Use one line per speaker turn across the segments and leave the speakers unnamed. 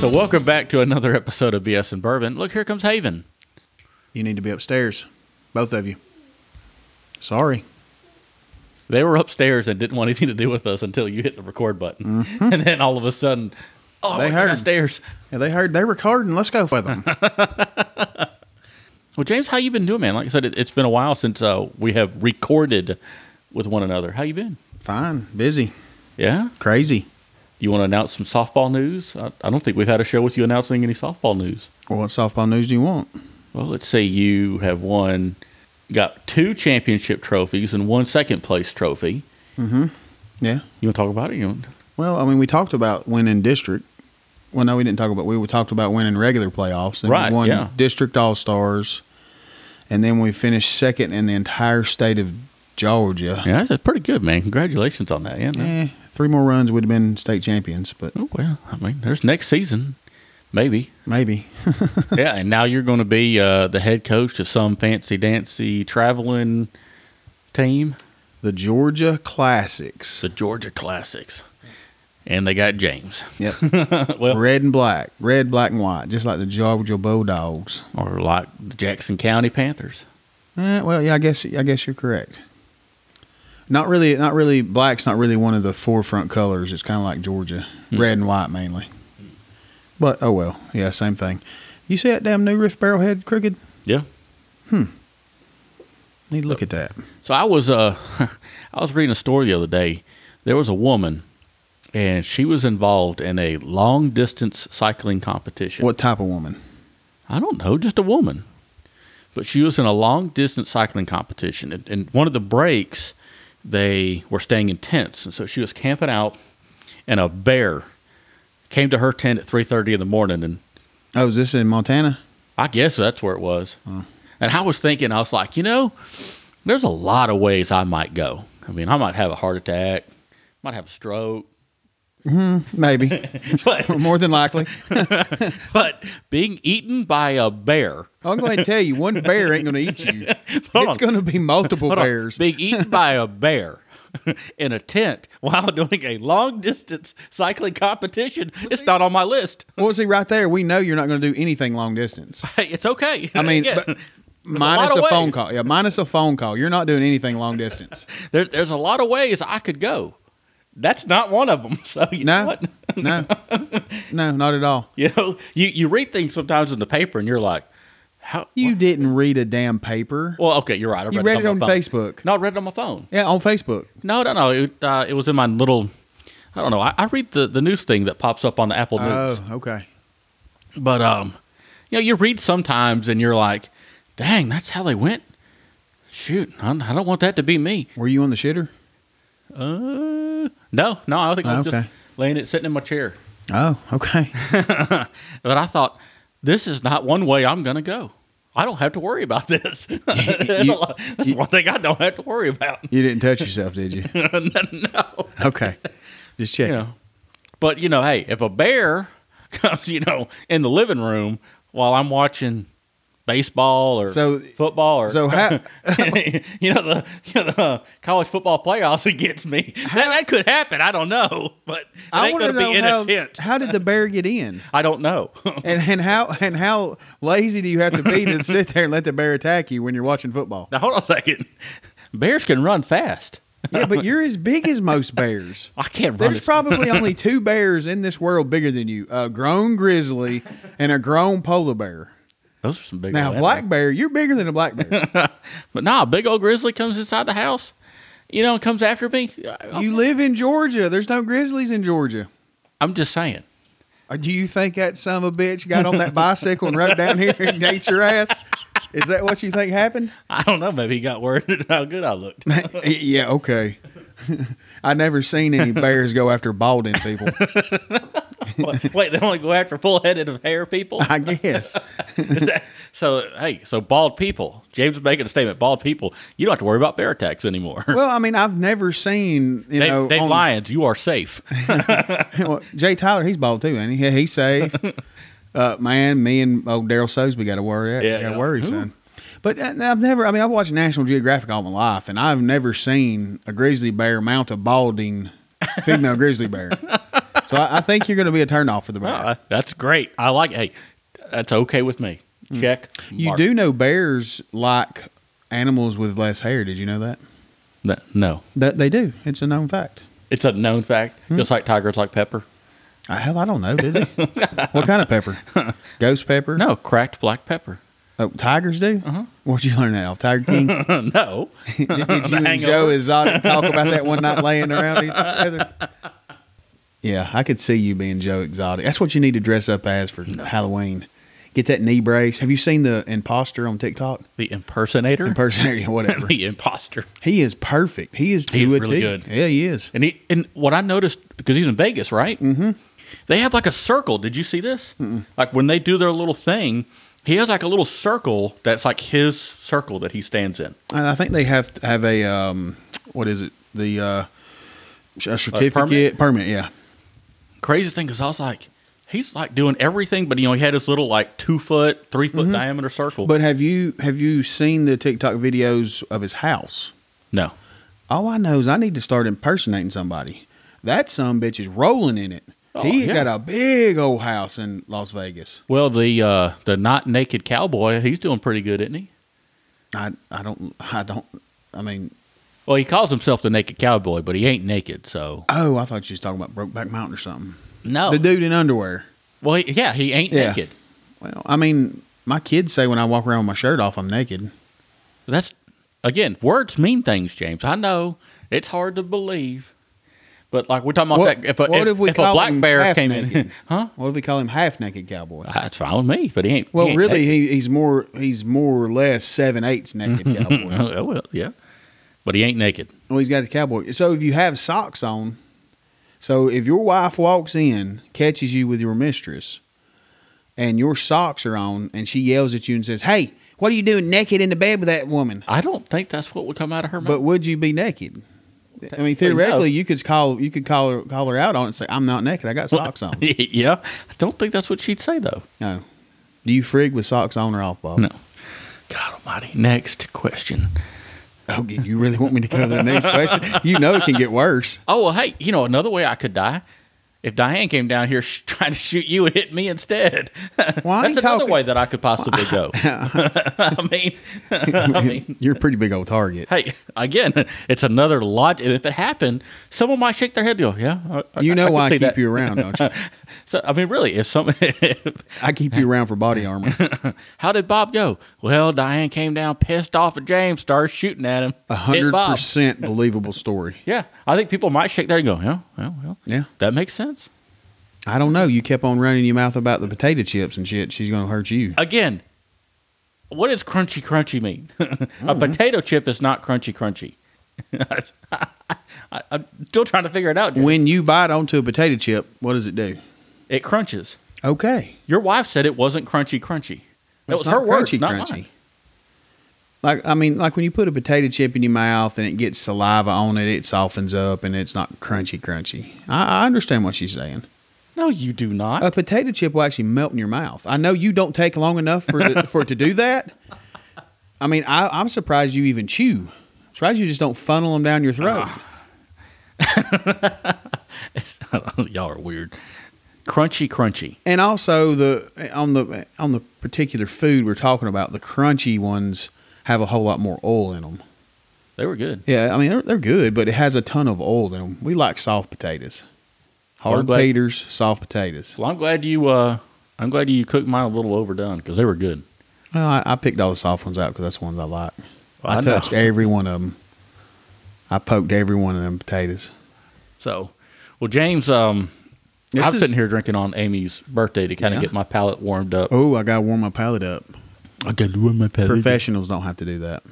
So, welcome back to another episode of BS and Bourbon. Look, here comes Haven.
You need to be upstairs, both of you. Sorry.
They were upstairs and didn't want anything to do with us until you hit the record button, and then all of a sudden, oh, Mm-hmm.
They
they
heard.
heard upstairs.
Yeah, they heard they recording. Let's go with them.
Well, James, how you been doing, man? Like I said, it, it's been a while since uh, we have recorded with one another. How you been?
Fine, busy,
Yeah.
crazy.
Do you want to announce some softball news? I, I don't think we've had a show with you announcing any softball news.
Well, what softball news do you want?
Well, let's say you have won, got two championship trophies and one second place trophy.
Mm-hmm. Yeah.
You want to talk about it? You want,
Well, I mean, we talked about winning district. Well, no, we didn't talk about. We talked about winning regular playoffs. And
Right,
We won
yeah.
district all stars, and then we finished second in the entire state of Georgia.
yeah, that's pretty good, man. Congratulations on that. Yeah. no-
Eh, three more runs, we'd have been state champions, but
Oh well, I mean, there's next season, maybe.
maybe.
yeah, and now you're going to be uh, the head coach of some fancy dancy traveling team,
The Georgia Classics.
the Georgia Classics, and they got James
Yep.
Well-
Red and black. Red, black, and white. Just like the Georgia Bulldogs.
or like the Jackson County Panthers.
Eh, well, yeah, I guess I guess you're correct. Not really not really black's not really one of the forefront colors. It's kinda like Georgia.
Hmm.
Red and white mainly. But oh well. Yeah, same thing. You see that damn new rift barrel head crooked?
Yeah.
Need to look at that.
So I was uh, I was reading a story the other day. There was a woman, and she was involved in a long distance cycling competition.
What type of woman?
I don't know, just a woman. But she was in a long distance cycling competition. And, and one of the breaks, they were staying in tents. And so she was camping out, and a bear came to her tent at 3.30 in the morning. And
Oh, is this in Montana?
I guess that's where it was.
Hmm.
And I was thinking, I was like, you know, there's a lot of ways I might go. I mean, I might have a heart attack, might have a stroke.
Maybe.
But,
More than likely.
but being eaten by a bear –
I'm going to tell you, one bear ain't going to eat you.
Hold
it's
on.
going to be multiple
Hold on.
bears.
being eaten by a bear in a tent while doing a long distance cycling competition. it's
see-
not on my list.
Well, see, right there, we know you're not going to do anything long distance.
Hey, it's okay.
I mean,
Yeah.
but minus
lot
a,
of
phone
ways.
call. Yeah, minus a phone call. You're not doing anything long distance.
there, there's a lot of ways I could go. That's not one of them. So you know
No,
what?
no, no, not at all.
You know, you, you read things sometimes in the paper and you're like, how?
You
what?
didn't read a damn paper.
Well, okay, you're right. I read,
You
it,
read
on
it on
my phone.
Facebook.
No, I read it on my phone.
Yeah, on Facebook.
No, no, no. It, uh, it was in my little. I don't know. I, I read the, the news thing that pops up on the Apple News.
Oh, okay.
But um, you know, you read sometimes and you're like, "Dang, that's how they went." Shoot, I I don't want that to be me.
Were you on the shitter?
Uh, no, no, I think I was
Okay.
just laying it, sitting in my chair.
Oh, okay.
But I thought, this is not one way I'm gonna go. I don't have to worry about this. that's
you-
a lot- that's one thing I don't have to worry about.
You didn't touch yourself, did you?
no,
Okay. Just
you
check.
know. But you know, hey, if a bear comes, you know, in the living room while I'm watching baseball or
So-
football or
So how
you know the you know, the college football playoffs against me. that, that could happen. I don't know, but it
I
ain't
want to
going to be in a
know
tent.
how, how did the bear get in?
I don't know.
And, and how and how lazy do you have to be to sit there and let the bear attack you when you're watching football?
now hold on a second. Bears can run fast.
Yeah, but you're as big as most bears.
I can't run.
There's
as-
probably only two bears in this world bigger than you: a grown grizzly and a grown polar bear.
Those are some big. old
Now, a
animals.
black bear, you're bigger than a black bear.
But nah, big old grizzly comes inside the house. You know, and comes after me. I-
You live in Georgia. There's no grizzlies in Georgia.
I'm just saying.
Uh, Do you think that son of a bitch got on that bicycle and rode down here and ate your ass? Is that what you think happened?
I don't know. Maybe he got worried at how good I looked.
yeah, okay. I never seen any bears go after balding people.
Wait, they only go after full headed of hair people.
I guess.
So hey, so bald people. James is making a statement. Bald people, you don't have to worry about bear attacks anymore.
Well, I mean, I've never seen you
Dave,
know
Dave
on-
Lyons, you are safe.
well, Jay Tyler, he's bald too, ain't he? Yeah, he's safe. uh, man, me and old Daryl Sosby got to worry.
Yeah,
got to
yeah.
worry, son. But uh, I've never. I mean, I've watched National Geographic all my life, and I've never seen a grizzly bear mount a balding female grizzly bear. so I, I think you're going to be a turnoff for the bear.
Uh, that's great. I like. Hey, that's okay with me. Check.
Mm. you
mark.
do know bears like animals with less hair. Did you know that?
No, no.
That they do. It's a known fact.
It's a known fact.
Hmm.
Just like tigers like pepper.
Uh, Hell, I don't know. Do they? what kind of pepper? Ghost pepper?
No, cracked black pepper.
Oh, tigers do.
Uh-huh.
Where'd you learn that off? Tiger King.
no.
did, did you and
Hangover.
Joe Exotic talk about that one night laying around each other? Yeah, I could see you being Joe Exotic. That's what you need to dress up as for Halloween. Get that knee brace. Have you seen the imposter on TikTok?
The impersonator.
Impersonator, whatever.
the imposter.
he is perfect. He is to
He's
a
really
T.
good.
Yeah, he is.
And he and what I noticed because he's in Vegas, right?
Mm-hmm.
They have like a circle. Did you see this? Like when they do their little thing, he has like a little circle that's like his circle that he stands in.
And I think they have to have a um, what is it? The uh, a certificate
permit?
permit. Yeah,
Crazy thing is, I was like, he's like doing everything, but you know, he had his little like two foot, three foot diameter circle.
Mm-hmm. But have you have you seen the TikTok videos of his house?
no,
All I know is I need to start impersonating somebody. That some bitch is rolling in it.
Oh,
he
yeah.
got a big old house in Las Vegas.
well the uh, the not naked cowboy, he's doing pretty good, isn't he?
I I don't I don't I mean
Well, he calls himself the naked cowboy, but he ain't naked, so
oh I thought you was talking about Brokeback Mountain or something.
no.
The dude in underwear.
well, he- yeah, he ain't
Yeah.
naked.
Well, I mean my kids say when I walk around with my shirt off I'm naked.
That's again, words mean things, James. I know it's hard to believe, but like we're talking about
What-
that. If a,
what
if,
if we
if a
call
black
him
bear
half
came in,
naked?
huh?
What if we call him half naked cowboy?
That's fine with me, but he ain't.
Well,
he ain't
really, he, he's more he's more or less seven eighths naked
naked.
cowboy.
Oh, well, yeah, but he ain't naked.
Well, Oh, he's got a cowboy. So if you have socks on, so if your wife walks in, catches you with your mistress, and your socks are on, and she yells at you and says, "Hey, what are you doing naked in the bed with that woman?"
I don't think that's what would come out of her
But
mouth.
would you be naked? I mean, theoretically, you could call you could call her, call her out on it and say, "I'm not naked. I got socks on."
yeah, I don't think that's what she'd say though.
No. Do you frig with socks on or off, Bob?
No. God Almighty. Next question.
Oh, you really want me to go to the next question? You know it can get worse.
Oh well, hey, you know another way I could die. If Diane came down here sh- trying to shoot you and hit me instead,
Why
that's
ain't
another
talking-
way that I could possibly go. I mean, I mean,
You're a pretty big old target.
hey, again, it's another log. and If it happened, someone might shake their head. and Go, yeah, I-
You know
could
why I
see
keep
that."
you around, don't you?
So, I mean, really, if some,
I keep you around for body armor.
how did Bob go? Well, Diane came down pissed off at James, started shooting at him.
A
hit
hundred
Bob.
percent believable story.
Yeah, I think people might shake their head and go, yeah, well, well,
Yeah.
that makes sense.
I don't know. You kept on running your mouth about the potato chips and shit. She's gonna hurt you.
again, what does crunchy crunchy mean? a potato chip is not crunchy crunchy. I, I'm still trying to figure it out. Jack.
When you bite onto a potato chip, what does it do?
It crunches.
Okay,
Your wife said it wasn't crunchy crunchy. That
It's
was her
not
words,
crunchy,
not
crunchy.
mine.
Like I mean, like when you put a potato chip in your mouth and it gets saliva on it, it softens up and it's not crunchy, crunchy. I, I understand what she's saying.
No, you do not.
A potato chip will actually melt in your mouth. I know you don't take long enough for it to, for it to do that. I mean, I, I'm surprised you even chew. I'm surprised you just don't funnel them down your throat.
Y'all are weird. Crunchy crunchy.
And also the on the on the particular food we're talking about, the crunchy ones have a whole lot more oil in them.
They were good.
Yeah, I mean they're, they're good, but it has a ton of oil in them. We like soft potatoes,
Well, I'm
hard
glad-
taters, soft potatoes.
Well, I'm glad you. Uh, I'm glad you cooked mine a little overdone because they were good.
Well, I, I picked all the soft ones out because that's the ones I like.
Well,
I
I know.
touched every one of them. I poked every one of them potatoes.
So, well, James, um,
This
I'm
is-
sitting here drinking on Amy's birthday to kind of
Yeah.
get my palate warmed up.
Oh, I gotta warm my palate up.
I got to warm my palate.
Professionals don't have to do that.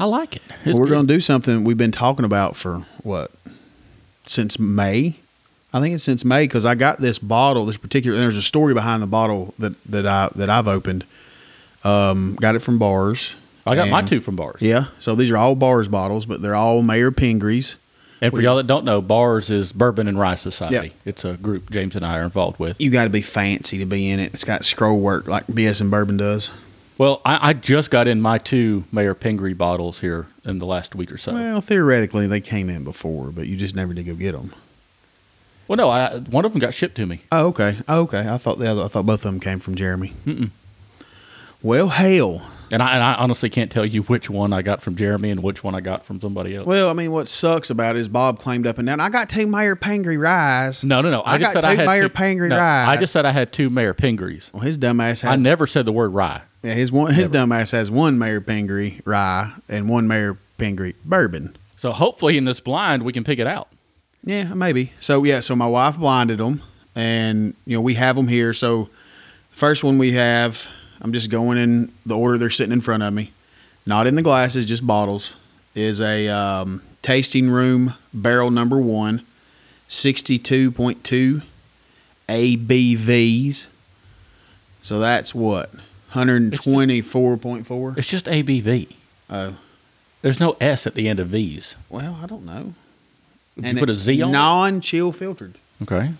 I like it. It's
Well, we're
good.
gonna do something we've been talking about for what since May. I think it's since May because I got this bottle, this particular. There's a story behind the bottle that that I that I've opened. Um, got it from bars.
I got my
And-
two from bars.
Yeah, so these are all bars bottles, but they're all Mayor Pingree.
And for y'all that don't know, bars is Bourbon and Rye Society.
Yeah.
It's a group James and I are involved with.
You got to be fancy to be in it. It's got scroll work like BS and Bourbon does.
Well, I, I just got in my two Mayor Pingree bottles here in the last week or so. Well,
Well, theoretically, they came in before, but you just never did go get them.
Well, no, I, one of them got shipped to me.
Oh, okay. Oh, okay. I thought the other. I thought both of them came from Jeremy.
Mm-mm.
Well, hell.
And I, and I honestly can't tell you which one I got from Jeremy and which one I got from somebody else.
Well, I mean, what sucks about it is Bob claimed up and down. I got two Mayor Pangry Rise.
no, no, no. I,
I
just
got
said I
two
had
Mayor
two-
Pangry
no, I
Rides.
just said I had two Mayor Pingrees.
Well, his dumbass has.
I never said the word rye.
Yeah, his one. His dumbass has one Mayor Pangry Rye and one Mayor Pangry Bourbon.
So hopefully in this blind we can pick it out.
Yeah, maybe. So yeah, so my wife blinded them, and you know we have them here. So the first one we have, I'm just going in the order they're sitting in front of me, not in the glasses, just bottles. Is a um, tasting room barrel number one, 62.2 ABVs. So that's what 124.4.
It's just ABV.
Oh,
There's no S at the end of these.
well, I don't know.
You put a Z on it?
non-chill filtered.
Okay.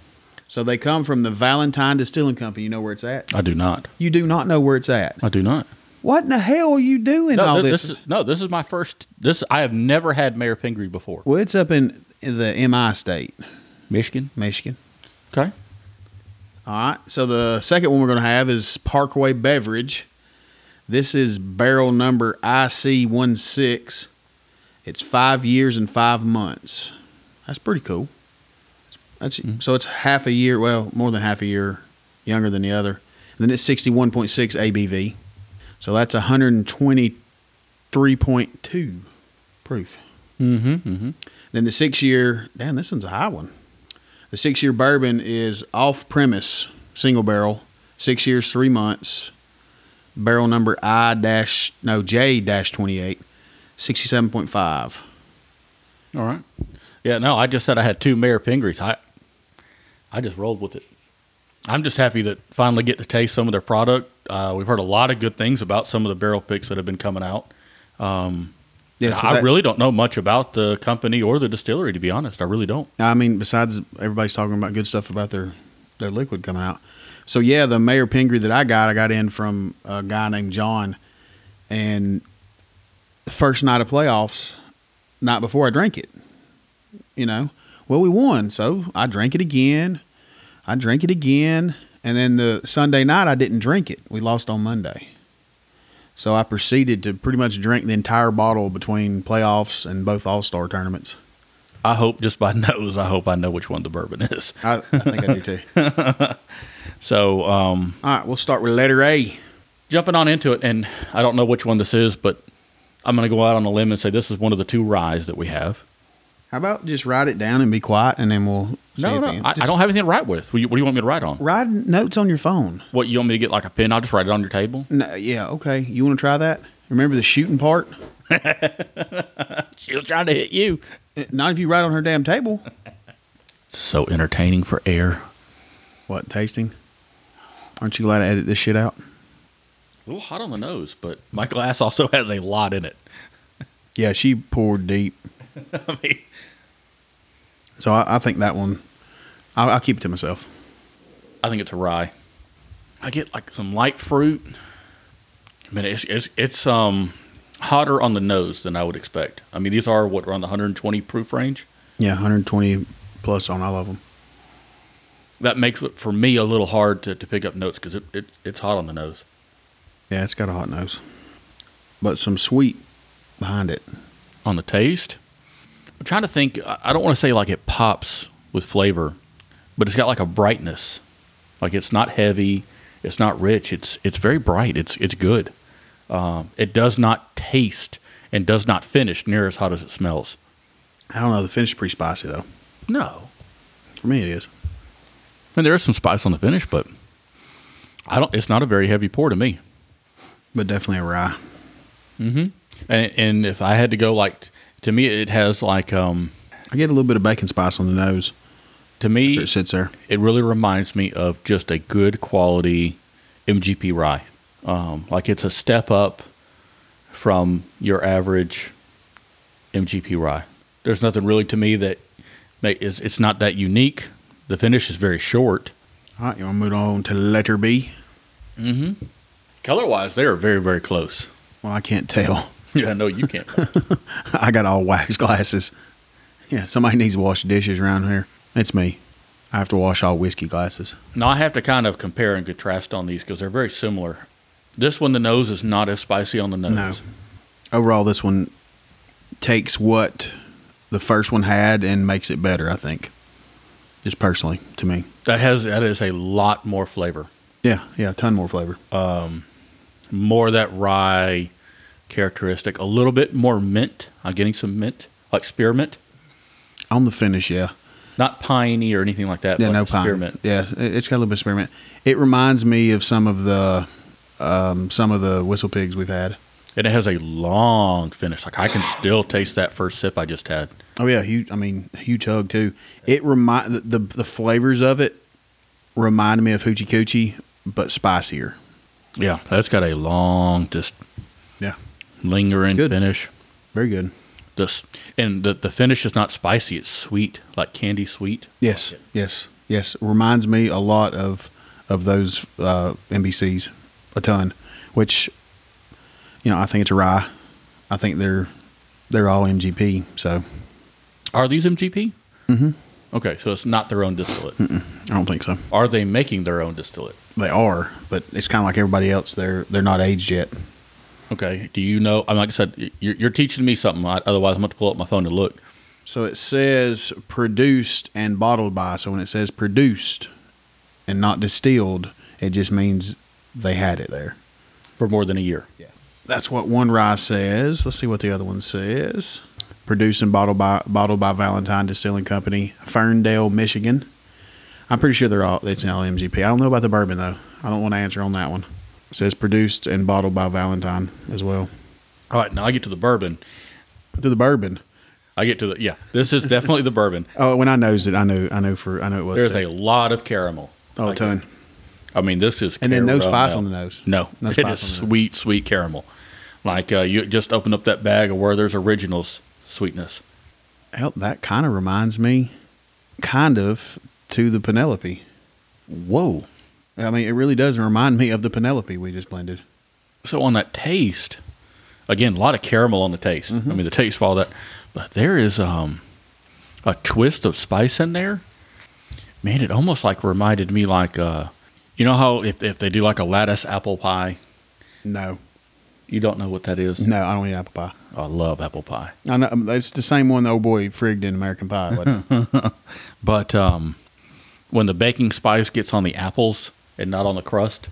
So they come from the Valentine Distilling Company. You know where it's at?
I do not.
You do not know where it's at.
I do not.
What in the hell are you doing
No,
all
thi-
this?
this, is no. This is my first. This I have never had Mayor Pingree before.
well, it's up in the MI state,
Michigan.
Michigan.
Okay.
All right. So the second one we're going to have is Parkway Beverage. This is barrel number IC16. It's five years and five months. That's pretty cool. That's, So it's half a year, well, more than half a year younger than the other. And then it's 61.6 ABV. So that's 123.2 proof.
Mm-hmm. Mm-hmm.
Then the six year, damn, this one's a high one. The six year bourbon is off premise, single barrel, six years, three months, barrel number I dash, no, J dash 28, 67.5.
All right. Yeah, no, I just said I had two Mayor Pingrees. I I just rolled with it. I'm just happy that finally get to taste some of their product. Uh, we've heard a lot of good things about some of the barrel picks that have been coming out. Um,
Yeah,
and
so
I
that-
really don't know much about the company or the distillery, to be honest. I really don't.
I mean, besides everybody's talking about good stuff about their, their liquid coming out. So, yeah, the Mayor Pingree that I got, I got in from a guy named John. And the first night of playoffs, night before I drank it, you know, well, we won. So I drank it again. I drank it again. And then the Sunday night, I didn't drink it. We lost on Monday. So I proceeded to pretty much drink the entire bottle between playoffs and both All Star tournaments.
I hope just by nose, I hope I know which one the bourbon is.
I, I think I do too.
So, um,
All right, we'll start with letter A.
jumping on into it, and I don't know which one this is, but I'm going to go out on a limb and say this is one of the two ryes that we have.
How about just write it down and be quiet, and then we'll. see
No, no,
at the
I,
end.
I
Just
don't have anything to write with. What do you- what do you want me to write on?
write notes on your phone.
What you want me to get like a pen? I'll just write it on your table.
No, yeah, okay. You want to try that? Remember the shooting part?
She's trying to hit you.
Eh, Not if you write on her damn table.
So entertaining for air.
What tasting? Aren't you glad I edit this shit out?
A little hot on the nose, but my glass also has a lot in it.
Yeah, she poured deep,
I mean,
so I, I think that one. I'll, I'll keep it to myself.
I think it's a rye. I get like some light fruit. I mean, it's it's it's um hotter on the nose than I would expect. I mean, these are what around the 120 proof range.
Yeah, 120 plus on all of them.
That makes it for me a little hard to, to pick up notes because it, it it's hot on the nose.
Yeah, it's got a hot nose, but some sweet behind it.
on the taste. I'm trying to think. I I don't want to say like it pops with flavor, but it's got like a brightness. Like it's not heavy, it's not rich. It's it's very bright. It's it's good. Um, it does not taste and does not finish near as hot as it smells.
I don't know. The finish is pretty spicy though.
No,
For me, it is.
and there is some spice on the finish, but I don't. It's not a very heavy pour to me.
but definitely a rye.
Mm-hmm. And, and if I had to go like to me, it has like um
I get a little bit of bacon spice on the nose
to me
after it sits there.
it really reminds me of just a good quality MGP rye. Um, like it's a step up from your average MGP rye. There's nothing really to me that ma- is it's not that unique. The finish is very short.
All right, you want to move on to letter B?
Mm-hmm. Color wise, they are very very close.
Well, I can't tell.
Yeah, no, you can't.
I got all wax glasses. Yeah, somebody needs to wash dishes around here. It's me. I have to wash all whiskey glasses.
Now I have to kind of compare and contrast on these because they're very similar. This one, the nose is not as spicy on the nose.
No. Overall, this one takes what the first one had and makes it better. I think, just personally to me.
That has that is a lot more flavor,
Yeah, yeah, a ton more flavor.
more of that rye characteristic, a little bit more mint. I'm getting some mint, like spearmint,
On the finish, yeah,
not piney or anything like that.
yeah,
but
no pine.
spearmint.
Yeah, it- it's got a little bit of spearmint. It reminds me of some of the um, some of the whistle pigs we've had.
And it has a long finish. Like I can still taste that first sip I just had.
Oh yeah, huge. I mean, huge hug too. It remind the, the the flavors of it remind me of hoochie coochie, but spicier.
Yeah, that's got a long, just
Yeah.
lingering
Good.
finish.
Very good.
This and the the finish is not spicy; it's sweet, like candy sweet.
Yes, yes, yes. Reminds me a lot of of those uh, NBCs a ton, which you know I think it's a rye. I think they're they're all MGP. So
Are these MGP?
Mhm.
Okay, so it's not their own distillate.
I don't think so.
Are they making their own distillate?
They are, but it's kind of like everybody else. They're they're not aged yet.
Okay. Do you know? I'm like I said, you're, you're teaching me something. I, otherwise, I'm going to pull up my phone and look.
So it says produced and bottled by. So when it says produced and not distilled, it just means they had it there.
For more than a year.
That's what one rye says. Let's see what the other one says. Produced and bottled by bottled by Valentine Distilling Company, Ferndale, Michigan. I'm pretty sure they're all it's all MGP. I don't know about the bourbon though. I don't want to answer on that one. It says produced and bottled by Valentine as well.
All right. Now I get to the bourbon.
To the bourbon.
I get to the yeah. This is definitely the bourbon.
Oh, when I nosed it, I knew I knew for I knew it was.
There's a
too.
lot of caramel.
oh a
like
ton.
I mean, this is
And then no
caramel.
spice on the nose.
No,
No
it
spice
is
on the nose.
sweet, sweet caramel. Like uh, you just open up that bag of Werther's Originals sweetness.
Hell, that kind of reminds me, kind of, to the Penelope.
Whoa!
I mean, it really does remind me of the Penelope we just blended.
So on that taste, again, a lot of caramel on the taste. I mean, the taste of all that, but there is um a twist of spice in there. Man, it almost like reminded me like uh, you know how if if they do like a lattice apple pie,
No,
you don't know what that is.
no, I don't eat apple pie.
I love apple pie.
I know um, it's the same one the old boy frigged in American Pie. wasn't it?
But um, when the baking spice gets on the apples and not on the crust,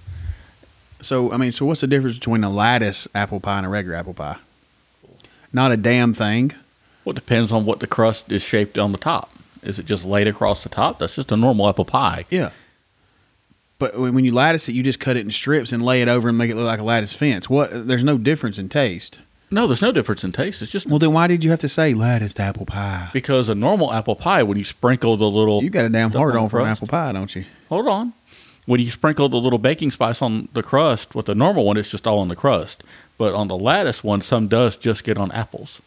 so I mean, so what's the difference between a lattice apple pie and a regular apple pie? Not a damn thing.
well, it depends on what the crust is shaped on the top. Is it just laid across the top? That's just a normal apple pie.
Yeah. But when when you lattice it, you just cut it in strips and lay it over and make it look like a lattice fence. What? There's no difference in taste.
No, there's no difference in taste. It's just
Well, then why did you have to say lattice apple pie?
because a normal apple pie, when you sprinkle the little,
You got a damn
Stuff
hard
on
on for an
crust.
apple pie, don't you?
hold on, when you sprinkle the little baking spice on the crust, with the normal one, it's just all on the crust. But on the lattice one, some does just get on apples.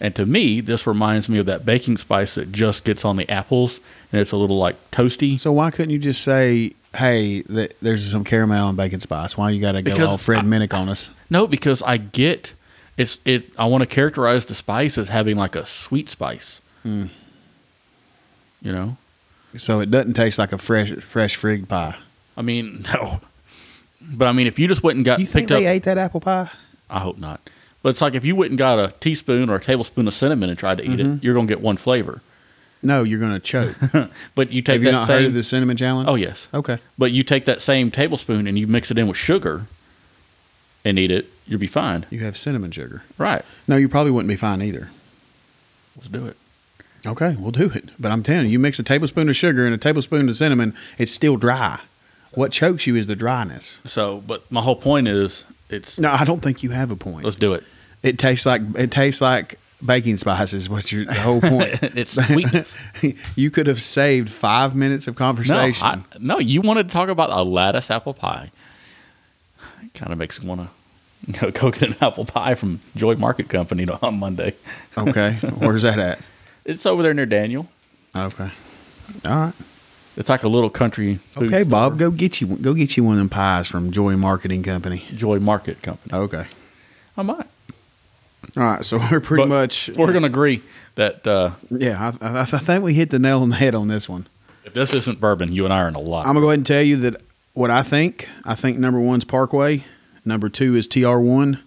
And to me, this reminds me of that baking spice that just gets on the apples, and it's a little like toasty.
So why couldn't you just say, "Hey, th- there's some caramel and bacon spice"? Why you got to go
Because
all Fred
I-
Minnick on us?
No, because I get it's it. I want to characterize the spice as having like a sweet spice.
Mm.
You know,
So it doesn't taste like a fresh, fresh frig pie.
I mean, no, but I mean, if you just went and got
You think
picked
they
up,
ate that apple pie?
I hope not. But it's like if you went and got a teaspoon or a tablespoon of cinnamon and tried to eat
Mm-hmm.
it, you're gonna get one flavor.
No, you're gonna choke.
But you take
Have
that
you not
same,
heard of the cinnamon challenge?
oh yes,
Okay.
but you take that same tablespoon and you mix it in with sugar and eat it, you'll be fine.
You have cinnamon sugar.
Right?
No, you probably wouldn't be fine either.
Let's do it.
Okay, we'll do it. But I'm telling you, you mix a tablespoon of sugar and a tablespoon of cinnamon, it's still dry. What chokes you is the dryness.
So, but my whole point is, it's
No, I don't think you have a point.
let's do it.
It tastes like it tastes like baking spice is what your the whole point.
It's sweetness.
you could have saved five minutes of conversation.
No, I, no, you wanted to talk about a lattice apple pie. It kind of makes me want to go, go get an apple pie from Joy Market Company on Monday.
okay, where's that at?
It's over there near Daniel.
Okay, all right.
It's like a little country. food
Okay,
store.
Bob, go get you go get you one of them pies from Joy Marketing Company.
Joy Market Company.
Okay,
I might.
all right. So we're pretty
But
much
We're going to agree that uh,
yeah. I, I, I think we hit the nail on the head on this one.
If this isn't bourbon, you and I are in a lot.
I'm gonna go ahead and tell you that what I think. I think number one's Parkway, number two is TR1,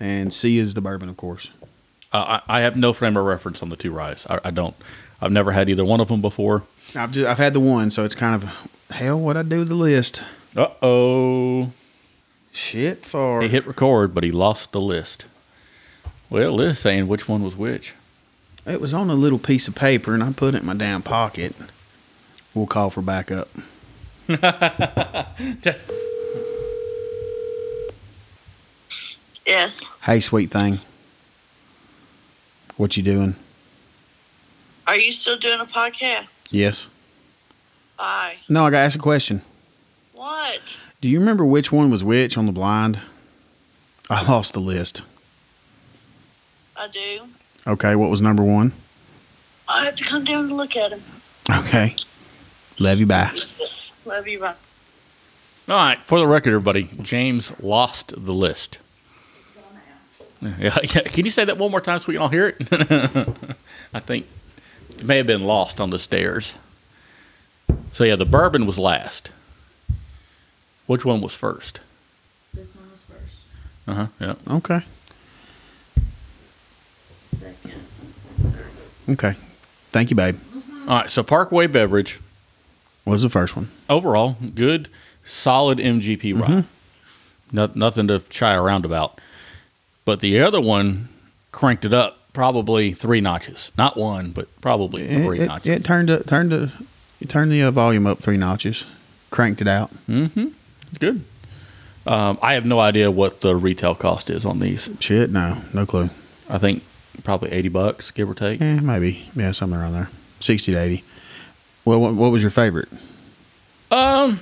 and C is the bourbon, of course.
Uh, I, I have no frame of reference on the two ryes. I, I don't. I've never had either one of them before.
I've just, I've had the one, so it's kind of hell. What I do with the list?
Uh oh.
Shit, far.
He hit record, but he lost the list. Well, it is saying which one was which.
It was on a little piece of paper, and I put it in my damn pocket. We'll call for backup.
Yes.
Hey, sweet thing. What you doing?
Are you still doing a podcast?
Yes.
Bye.
No, I got to ask a question.
What?
Do you remember which one was which on the blind? I lost the list.
I do.
Okay, what was number one?
I have to come down to look at him.
Okay. Love you, bye.
Love you, bye.
All right, for the record, everybody, James lost the list. Yeah, yeah. Can you say that one more time so we can all hear it? I think it may have been lost on the stairs. So yeah, the bourbon was last. Which one was first?
This one was first,
Uh huh. Yeah.
Okay.
second.
Okay. Thank you, babe.
All right. So Parkway Beverage
What was the first one?
overall good, solid
Mm-hmm.
MGP rye. No, nothing to shy around about. But the other one cranked it up probably three notches. Not one, but probably three
It, it-
notches.
it turned it turned the it turned the uh, volume up three notches, cranked it out.
Mm-hmm. Good. Um, I have no idea what the retail cost is on these.
Shit, no, no clue.
I think probably eighty bucks, give or take.
Eh, maybe yeah, something around there, sixty to eighty. Well, what, what was your favorite
Um,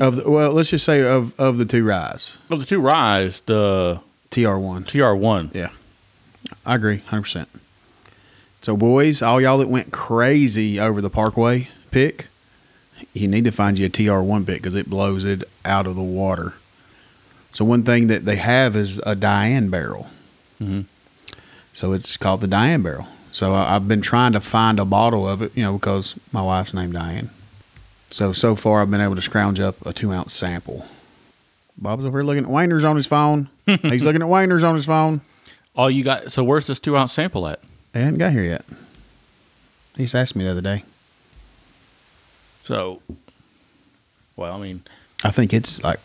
of? The, well, let's just say of of the two rides,
of the two ryes, the
TR one.
TR one.
Yeah, I agree, hundred percent. So, boys, all y'all that went crazy over the Parkway pick, you need to find you a TR one pick because it blows it out of the water. So, one thing that they have is a Diane barrel.
Mhm.
So it's called the Diane barrel. So I- I've been trying to find a bottle of it, you know, because my wife's named Diane. So so far, I've been able to scrounge up a two ounce sample. Bob's over here looking at Wainer's on his phone. He's looking at Wainer's on his phone.
Oh, you got so where's this two ounce sample at?
They hadn't got here yet. He just asked me the other day.
So, well, I mean,
I think it's like,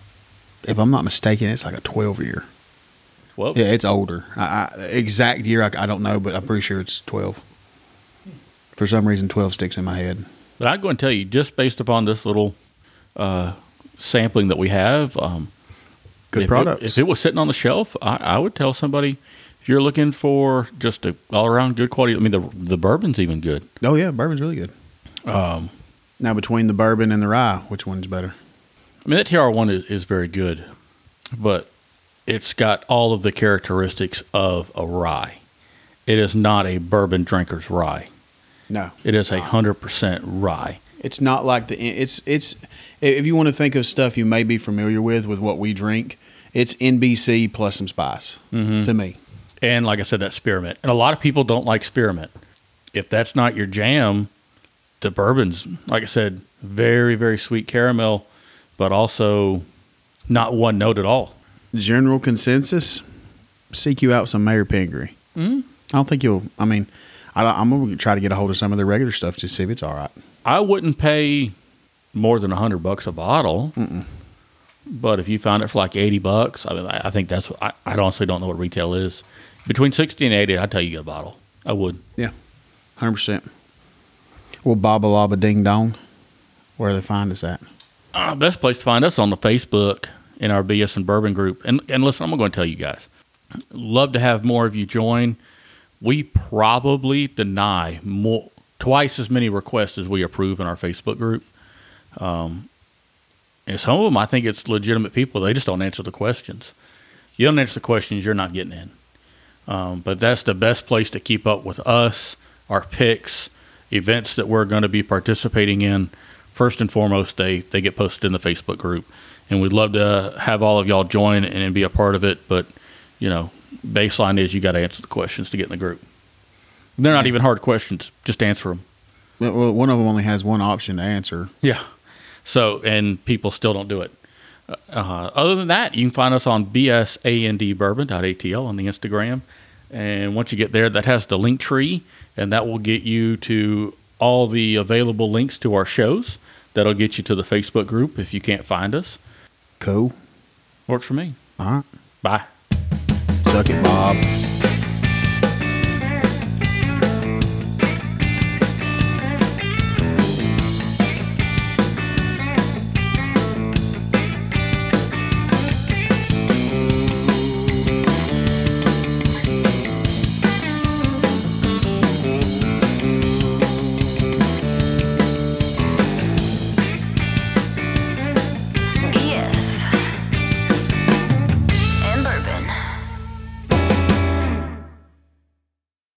if I'm not mistaken, it's like a 12 year.
twelve.
Yeah, it's older. I, I, exact year, I, I don't know, but I'm pretty sure it's 12. For some reason, 12 sticks in my head.
But I'd go and tell you, just based upon this little uh, sampling that we have, um,
Good
if
products.
It, if it was sitting on the shelf, I, I would tell somebody if you're looking for just a all around good quality. I mean, the the bourbon's even good.
Oh yeah, bourbon's really good.
Um,
Now between the bourbon and the rye, which one's better?
I mean, that TR one is, is very good, but it's got all of the characteristics of a rye. It is not a bourbon drinker's rye.
No,
It is a hundred percent rye.
it's not like the it's it's if you want to think of stuff you may be familiar with with what we drink, it's NBC plus some spice
Mm-hmm.
to me.
and like I said, that spearmint. And a lot of people don't like spearmint. If that's not your jam, the bourbon's like I said, very very sweet caramel, but also not one note at all.
General consensus: seek you out some Mayor Pingree.
Mm.
I don't think you'll. I mean, I, I'm gonna try to get a hold of some of the regular stuff to see if it's all right.
I wouldn't pay more than a hundred bucks a bottle, but if you found it for like eighty bucks, I mean, I, I think that's what I, I honestly don't know what retail is. Between sixty and eighty, I'd tell you get a bottle. I would.
Hundred percent. Well, Baba Laba Ding Dong, where they find us at?
Uh, best place to find us on the Facebook in our BS and Bourbon group. And and listen, I'm going to tell you guys. Love to have more of you join. We probably deny more twice as many requests as we approve in our Facebook group. Um, and some of them, I think it's legitimate people. They just don't answer the questions. You don't answer the questions, you're not getting in. Um, but that's the best place to keep up with us, our picks, events that we're going to be participating in first and foremost, they they get posted in the Facebook group, and we'd love to have all of y'all join and, and be a part of it. But you know, baseline is you got to answer the questions to get in the group. They're not even hard questions; just answer them.
Well, one of them only has one option to answer.
Yeah. So, and people still don't do it. Uh, other than that, you can find us on bsandbourbon.atl on the Instagram. And once you get there, that has the link tree, and that will get you to all the available links to our shows. That'll get you to the Facebook group if you can't find us.
Cool.
Works for me.
All right.
Bye.
Suck it, Bob.